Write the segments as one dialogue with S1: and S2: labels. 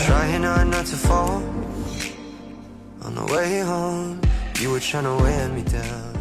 S1: trying not to fall. On the way home, you were trying to wear me down.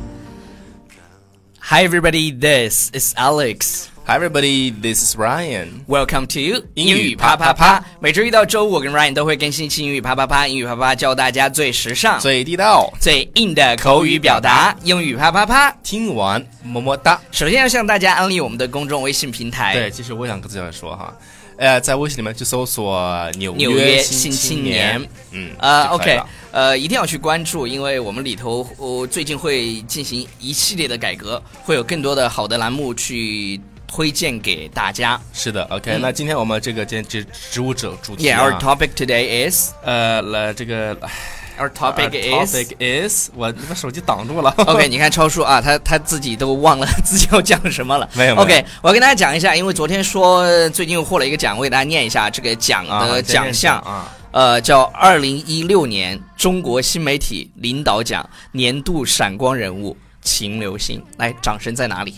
S2: Hi everybody, this is Alex.
S3: Hi everybody, this is Ryan.
S2: Welcome to
S3: 英语啪啪啪。
S2: 每周一到周五，我跟 Ryan 都会更新一期英语啪啪啪。英语啪啪啪教大家最时尚、
S3: 最地道，
S2: 最硬的口语表达。英语啪啪啪。
S3: 听完么么哒。
S2: 首先要向大家安利我们的公众微信平台。
S3: 对，，其实我想跟大家说哈，呃，在微信里面去搜索“纽
S2: 纽约新
S3: 新青
S2: 青年
S3: 嗯，
S2: 呃
S3: 就可以
S2: ，OK，
S3: 了
S2: 呃，一定要去关注，因为我们里头呃、最近会进行一系列的改革，会有更多的好的栏目去推荐给大家。
S3: 是的，OK、那
S2: 嗯
S3: 今天我们这个兼职植物者主题
S2: Yeah, our
S3: 啊
S2: topic today is
S3: 呃，来这个
S2: our topic
S3: our
S2: is
S3: topic is，我把手机挡住了。
S2: OK，你看超叔啊，他他自己都忘了 自己要讲什么了。
S3: 没有没有
S2: OK，我要跟大家讲一下，因为昨天说呃最近又获了一个奖，我给大家念一下这个奖
S3: 啊
S2: 的
S3: 这样
S2: 奖项，
S3: 啊，
S2: 呃，叫二零一六年中国新媒体领导奖年度闪光人物秦流星。来，掌声在哪里？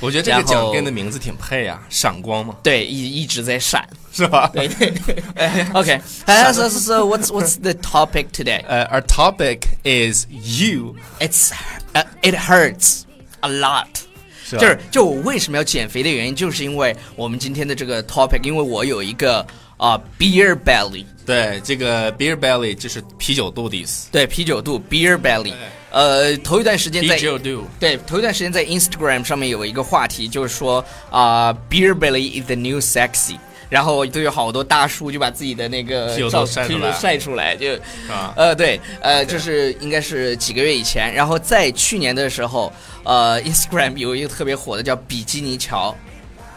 S3: 我觉得这个
S2: 然后
S3: 奖跟你的名字挺配啊，闪光嘛，
S2: 对，一一直在闪。
S3: 是吧？
S2: 对对对，OK，呃，so so so what's what's the topic today?
S3: 呃，Our topic is you，
S2: It's uh, it hurts a lot.
S3: 是吧啊
S2: 就是就我为什么要减肥的原因，就是因为我们今天的这个 topic，因为我有一个啊、beer belly，
S3: 对这个 beer belly 就是啤酒肚的意思。
S2: 对啤酒肚 beer belly，呃，头一段时间在
S3: 啤酒肚。
S2: 对头一段时间在 Instagram 上面有一个话题，就是说啊、beer belly is the new sexy。然后就有好多大叔就把自己的那个
S3: 啤酒肚
S2: 照
S3: 晒出
S2: 啤酒
S3: 来
S2: 晒出来，就
S3: 吧
S2: 呃对呃就是应该是几个月以前，然后在去年的时候，呃 Instagram 有一个特别火的叫比基尼桥，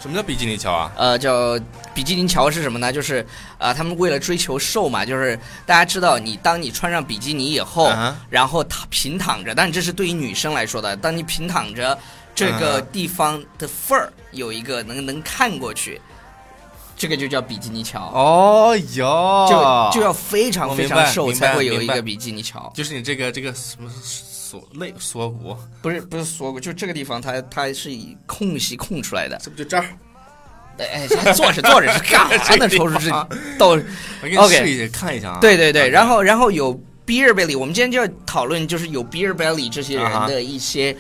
S3: 什么叫比基尼桥啊？
S2: 呃，叫比基尼桥是什么呢？就是啊、呃他们为了追求瘦嘛，就是大家知道你，当你穿上比基尼以后
S3: 啊哈
S2: 然后躺平躺着，但这是对于女生来说的，当你平躺着，这个
S3: 啊哈
S2: 地方的缝儿有一个能能看过去，这个就叫比基尼桥，
S3: 哦
S2: 就
S3: 哟
S2: 就要非常
S3: 哦我
S2: 非
S3: 明
S2: 常
S3: 白
S2: 瘦
S3: 明白
S2: 才会有一
S3: 明白
S2: 个比基尼桥，
S3: 就是你这个这个什么锁肋锁骨，
S2: 不是不是锁骨，就这个地方它它是以空隙空出来的。
S3: 是不是就这儿？
S2: 哎，哎坐着坐着是干啥呢？
S3: 这个地
S2: 抽
S3: 方
S2: 出 这到
S3: 我给你
S2: OK
S3: 试一下看一下啊。
S2: 对对对，然
S3: 后
S2: 后然后有 beer belly，我们今天就要讨论就是有 beer belly 这些
S3: 啊
S2: 人
S3: 哈
S2: 的一些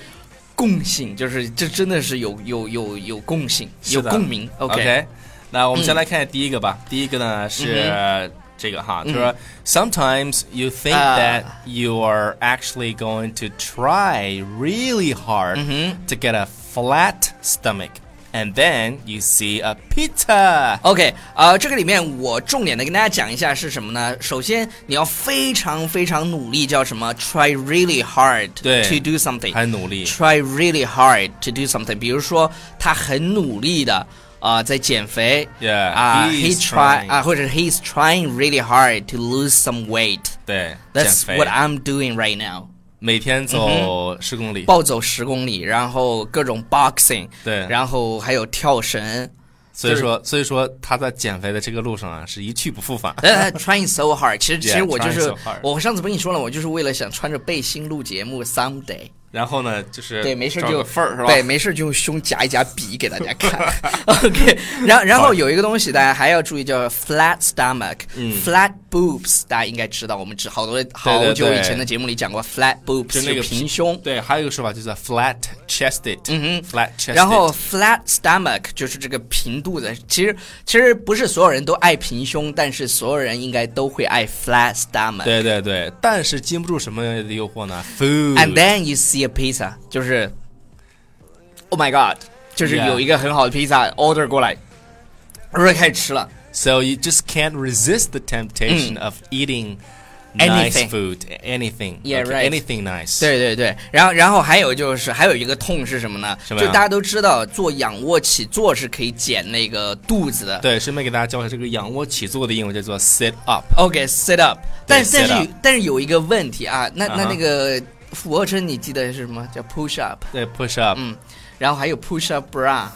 S2: 共性，就是这真的是有有有有共性，
S3: 是
S2: 有
S3: 的
S2: 共鸣。OK，
S3: OK，那我
S2: 嗯
S3: 们先来看第一个吧。第一个呢是这个哈，他说 Sometimes you think
S2: 啊
S3: that you are actually going to try really hard
S2: 嗯
S3: to get a flat stomach, and then you see a pizza。
S2: OK，呃，这个里面我重点的跟大家讲一下是什么呢？首先你要非常非常努力，叫什么？Try really hard
S3: 对
S2: to do something，
S3: 还努力
S2: try really hard to do something。比如说，他很努力的啊、呃在减肥
S3: Yeah,
S2: 啊、
S3: he
S2: h e
S3: is
S2: try
S3: trying.
S2: 啊、或者 he's trying really hard to lose some weight。
S3: 对，减
S2: That's
S3: 肥
S2: what 嗯 I'm doing right now。
S3: 每天走十公里，
S2: 暴走十公里，然后各种 boxing，
S3: 对
S2: 然后还有跳绳。
S3: 所以说，所以说他在减肥的这个路上啊，是一去不复返。
S2: 呃 trying so hard，其实其
S3: Yeah,
S2: 实我就
S3: trying
S2: 是
S3: so hard
S2: 我上次不跟你说了，我就是为了想穿着背心录节目 someday。
S3: 然后呢，就是
S2: 对，没事
S3: 找
S2: 就
S3: 个缝儿是吧？
S2: 对，没事就用胸夹一夹笔给大家看。OK，然后然后有一个东西大家还要注意，叫 flat stomach、flat
S3: 嗯
S2: boobs，大家应该知道，我们只好多好久以前的节目里讲过 flat boobs，
S3: 就那个
S2: 是平胸。
S3: 对，还有一个说法就是 flat chested，嗯哼，flat chested。
S2: 然后 flat stomach 就是这个平肚子，其实其实不是所有人都爱平胸，但是所有人应该都会爱 flat stomach。
S3: 对对对，但是经不住什么的诱惑呢？Food。
S2: And then you see a pizza，就是，Oh my God，就是有一个很好的披萨 order 过来，然后开始吃了。
S3: so you just can't resist the temptation of eating
S2: Mm. Anything.
S3: nice food, anything.
S2: Yeah,
S3: okay,
S2: right.
S3: Anything nice.
S2: 对对对，然后然后还有就是还有一个痛是什么呢？
S3: 什么呀
S2: 就大家都知道做仰卧起坐是可以减那个肚子的。
S3: 对，顺便给大家教一下这个仰卧起坐的英文叫做 sit up。
S2: OK，sit、up，但但是
S3: 对 sit
S2: 有
S3: up
S2: 但是有一个问题啊，那那
S3: 啊哈
S2: 那个俯卧撑你记得是什么叫 push up，
S3: 对，push up，
S2: 嗯，然后还有 push up bra，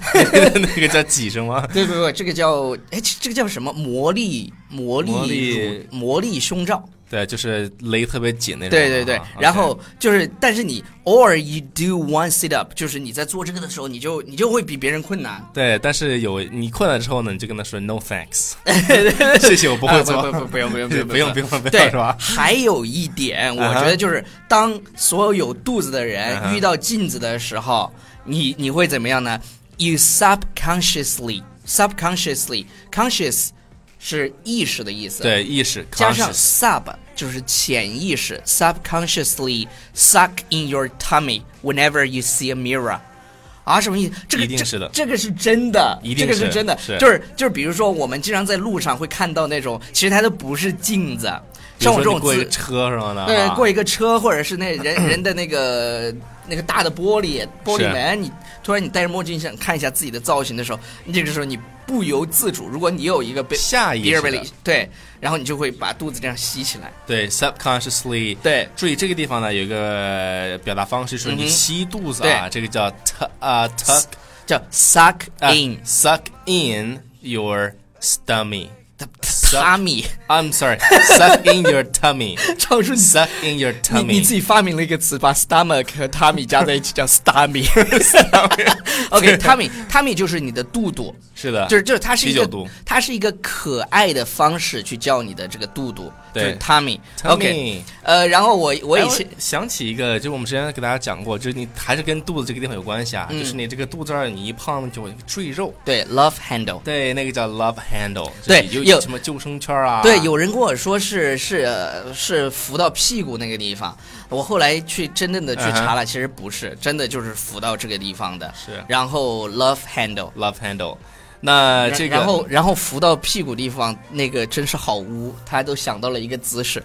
S3: 那个叫挤是吗？
S2: 对不对？这个叫哎，这这个叫什么？魔力魔力
S3: 魔力
S2: 乳魔力胸罩
S3: 对，就是勒特别紧那种啊。
S2: 对对对
S3: 啊，
S2: 然后就是，但是你偶尔 you do one sit up，就是你在做这个的时候，你就你就会比别人困难。
S3: 对，但是有你困了之后呢，你就跟他说 no thanks，谢谢，我 不
S2: 啊
S3: 会做。
S2: 不不不用不用
S3: 不用不用不用
S2: 对
S3: 是吧
S2: 还有一点，我
S3: 啊哈
S2: 觉得就是当所有有肚子的
S3: 啊哈
S2: 人遇到镜子的时候，你你会怎么样呢？You subconsciously subconsciously conscious 是意识的意思，，
S3: 对，意识
S2: 加上
S3: conscious
S2: sub 就是潜意识，subconsciously suck in your tummy whenever you see a mirror。啊，什么意思？这个
S3: 一定是的
S2: 这，这个是真的，
S3: 一
S2: 这
S3: 定
S2: 个
S3: 是
S2: 真的，
S3: 是
S2: 就是就是，比如说我们经常在路上会看到那种，其实它都不是镜子，
S3: 比
S2: 像
S3: 如
S2: 我
S3: 说
S2: 这种
S3: 你过一
S2: 自
S3: 个车什么的，
S2: 对
S3: 啊，
S2: 过一个车或者是 那人人的那个那个大的玻璃玻璃门，你突然你戴着墨镜想看一下自己的造型的时候，你这个时候你不由自主，如果你有一个被
S3: 下意识
S2: 比尔贝里
S3: 的
S2: 对，然后你就会把肚子这样吸起来，
S3: 对 subconsciously
S2: 对
S3: 注意这个地方呢，有一个表达方式，就是
S2: 嗯
S3: 你
S2: 哼
S3: 吸肚子啊，
S2: 对
S3: 这个叫 tuck 啊 tuck
S2: 叫 suck
S3: 啊
S2: in
S3: suck in your stomach。Suck-
S2: tummy。
S3: I'm sorry, suck in your tummy,
S2: 超叔，你
S3: suck in your
S2: 你
S3: tummy。
S2: 你自己发明了一个词，把 stomach 和 tummy 加在一起叫 stomach。OK，tummy tummy 就是你的肚肚，
S3: 是的，
S2: 就是就是它是一
S3: 啊啤酒
S2: 个
S3: 肚
S2: 它是一个可爱的方式去叫你的这个肚肚，就
S3: 对
S2: 是 tummy。
S3: Tummy
S2: OK，呃，然后我我
S3: 哎
S2: 以前
S3: 想起一个，就我们之前给大家讲过，就是你还是跟肚子这个地方有关系
S2: 嗯
S3: 啊，就是你这个肚子这儿你一胖就有一个赘肉，
S2: 对 love handle。
S3: 对，那个叫 love handle，就是
S2: 对
S3: 有
S2: 有
S3: 什么救生圈啊，
S2: 对，有人跟我说是是呃是扶到屁股那个地方，我后来去真正的去
S3: 嗯哼
S2: 查了，其实不是，真的就是扶到这个地方的。
S3: 是
S2: 然后 love handle，
S3: love handle。那呃这个
S2: 然后然后扶到屁股地方，那个真是好污，他都想到了一个姿势。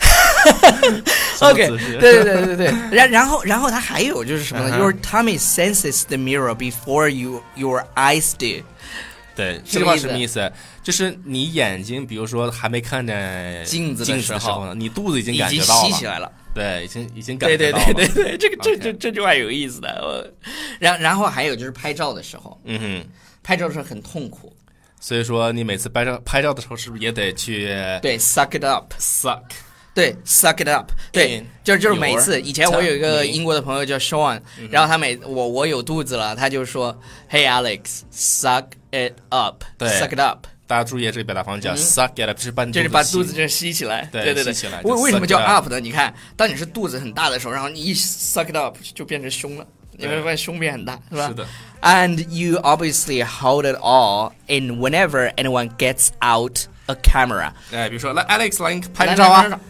S3: 什么
S2: OK，
S3: 姿势
S2: 对对对对对，然然后然后他还有就是什么呢
S3: 嗯哼
S2: ？Your tummy senses the mirror before you your eyes do。
S3: 对，
S2: 这个
S3: 这句
S2: 意
S3: 话
S2: 思
S3: 什么意思？就是你眼睛，比如说还没看见
S2: 镜子的
S3: 镜子的
S2: 时候
S3: 呢，你肚子已经
S2: 已
S3: 感
S2: 经
S3: 觉到
S2: 吸
S3: 了，
S2: 起来了，
S3: 对，已经已经感
S2: 对对
S3: 觉
S2: 对
S3: 到了，
S2: 对对，这个这
S3: OK
S2: 这这句话有意思的。我，然然后还有就是拍照的时候，
S3: 嗯哼。
S2: 拍照的时候很痛苦，
S3: 所以说，你每次拍照拍照的时候，是不是也得去
S2: 对，suck it up，
S3: suck？
S2: 对，suck it up，对
S3: In，
S2: 就是就是
S3: your
S2: 每次，以前我有一个
S3: tummy
S2: 英国的朋友叫 Sean，然
S3: 嗯
S2: 后他每我我有肚子了，他就说，Hey Alex，suck it
S3: 对
S2: up，suck it up。
S3: 大家注意这个表达方式叫 suck it up，就是把你
S2: 嗯就是把
S3: 肚
S2: 肚子
S3: 子吸
S2: 这吸起来，
S3: 对
S2: 对对
S3: 吸起来就
S2: 为为什么
S3: suck
S2: 叫
S3: it up
S2: up 呢？你看，当你是肚子很大的时候，然后你一 suck it up 就变成胸了，你会
S3: 对
S2: 发现胸变很大，是吧？
S3: 是的。
S2: And you obviously hold it all in whenever anyone gets out a camera。
S3: 哎，比如说来 Alex 来你拍
S2: 来
S3: 张照！
S2: 来来
S3: 啊，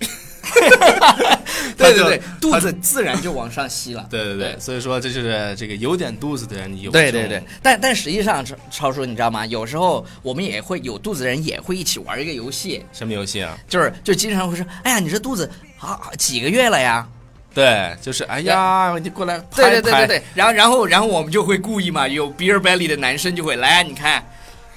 S2: 对
S3: 他
S2: 对
S3: 就
S2: 对，肚子 自然就往上吸了。
S3: 对对对，所以说这就是这个有点肚子的人，你有
S2: 对
S3: 这
S2: 对
S3: 种
S2: 对，但但实际上，超超叔，你知道吗？有时候我们也会有肚子的人也会一起玩一个游戏，
S3: 什么游戏啊？
S2: 就是就经常会说，哎呀，你这肚子好好几个月了呀，
S3: 对，就是哎呀，你过来拍
S2: 对对对
S3: 拍
S2: 对对，然后然后然后我们就会故意嘛，有 beer belly 的男生就会来啊，你看，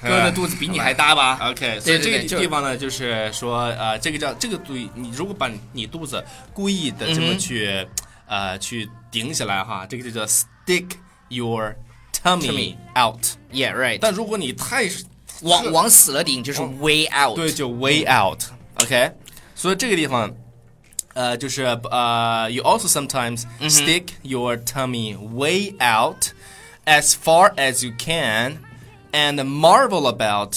S2: 哥的肚子比你还大吧？
S3: OK，所
S2: 对对
S3: 以这
S2: 对，
S3: 个
S2: 就
S3: 地方呢，就是说，呃，这个叫这个肚，你如果把你肚子故意的这么
S2: 嗯
S3: 去，呃，去顶起来哈，这个就叫 stick your
S2: Tummy
S3: tummy out。
S2: yeah right，
S3: 但如果你太是
S2: 往
S3: 是
S2: 往死了顶就是 way out，
S3: 对，就 way out。OK，所以这个地方，呃，就是呃，you also sometimes stick your tummy way out as far as you can and marvel about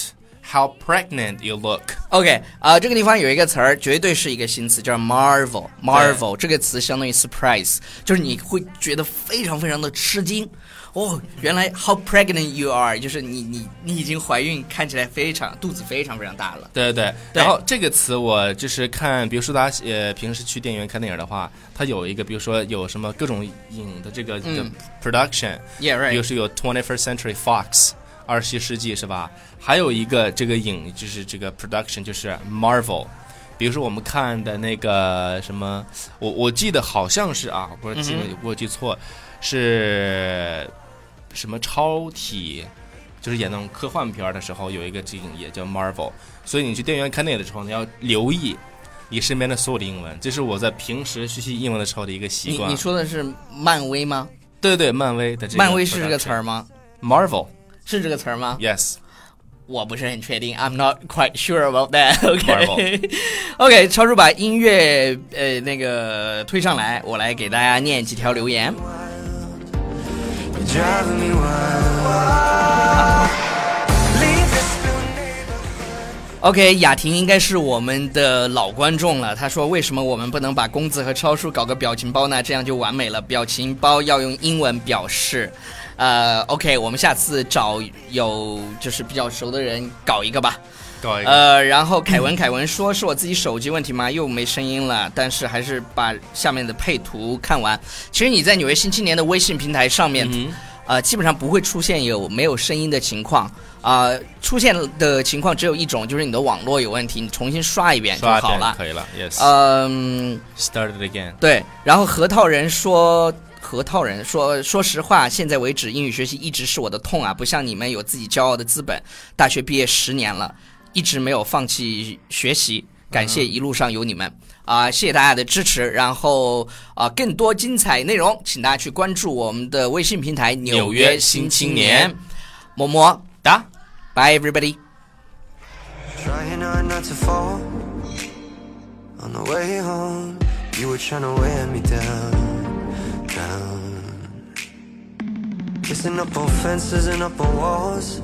S3: how pregnant you look。
S2: OK，啊、这个地方有一个词儿，绝对是一个新词，叫 marvel。marvel 这个词相当于 surprise，就是你会觉得非常非常的吃惊。哦，原来 how pregnant you are，就是你你你已经怀孕，看起来非常肚子非常非常大了。
S3: 对对对，
S2: 对
S3: 然后这个词我就是看，比如说大家呃平时去电影院看电影的话，它有一个，比如说有什么各种影的这个、
S2: 嗯
S3: 的 production，
S2: Yeah, right
S3: 比如说有 Twenty First Century Fox，二十一世纪是吧？还有一个这个影就是这个 production 就是 Marvel。比如说我们看的那个什么，我我记得好像是啊，不是记
S2: 嗯
S3: 得我记错，是什么超体，就是演那种科幻片儿的时候，有一个这个影也叫 Marvel，所以你去电影院看电影的时候，你要留意你身边的所有的英文，这是我在平时学习英文的时候的一个习
S2: 你
S3: 惯。啊
S2: 你说的是漫威吗？
S3: 对对，漫威的这个
S2: 漫威是这个词
S3: production
S2: 儿吗？
S3: Marvel，yes，
S2: 是这个词儿吗我不是很确定，I'm not quite sure about that
S3: Marvel
S2: OK，OK，、OK，超叔把音乐呃那个推上来，我来给大家念几条留言。
S1: You're driving me wild. Leave this blue neighborhood.
S2: OK，雅婷应该是我们的老观众了。她说：“为什么我们不能把公子和超叔搞个表情包呢？这样就完美了。表情包要用英文表示。”呃，OK，我们下次找有就是比较熟的人搞一个吧。
S3: 搞一个
S2: 呃，然后凯文，凯文说是我自己手机问题吗？又没声音了，但是还是把下面的配图看完。其实你在纽约新青年的微信平台上面，呃，基本上不会出现有没有声音的情况啊、出现的情况只有一种，就是你的网络有问题，你重新刷一遍就
S3: 刷
S2: 好
S3: 点
S2: 了。
S3: 可以了，yes，
S2: Uh, 嗯、
S3: started again。
S2: 对，然后核桃人说。核桃人说：“说实话，现在为止，英语学习一直是我的痛啊，不像你们有自己骄傲的资本。大学毕业十年了，一直没有放弃学习，感谢一路上有你们啊、谢谢大家的支持。然后啊、更多精彩内容，请大家去关注我们的微信平台《纽约新青年》。么么哒，Bye everybody。”
S1: Trying hard not to fall. On the way home, you were trying to wear me down, down. Kissing up on fences and up on walls.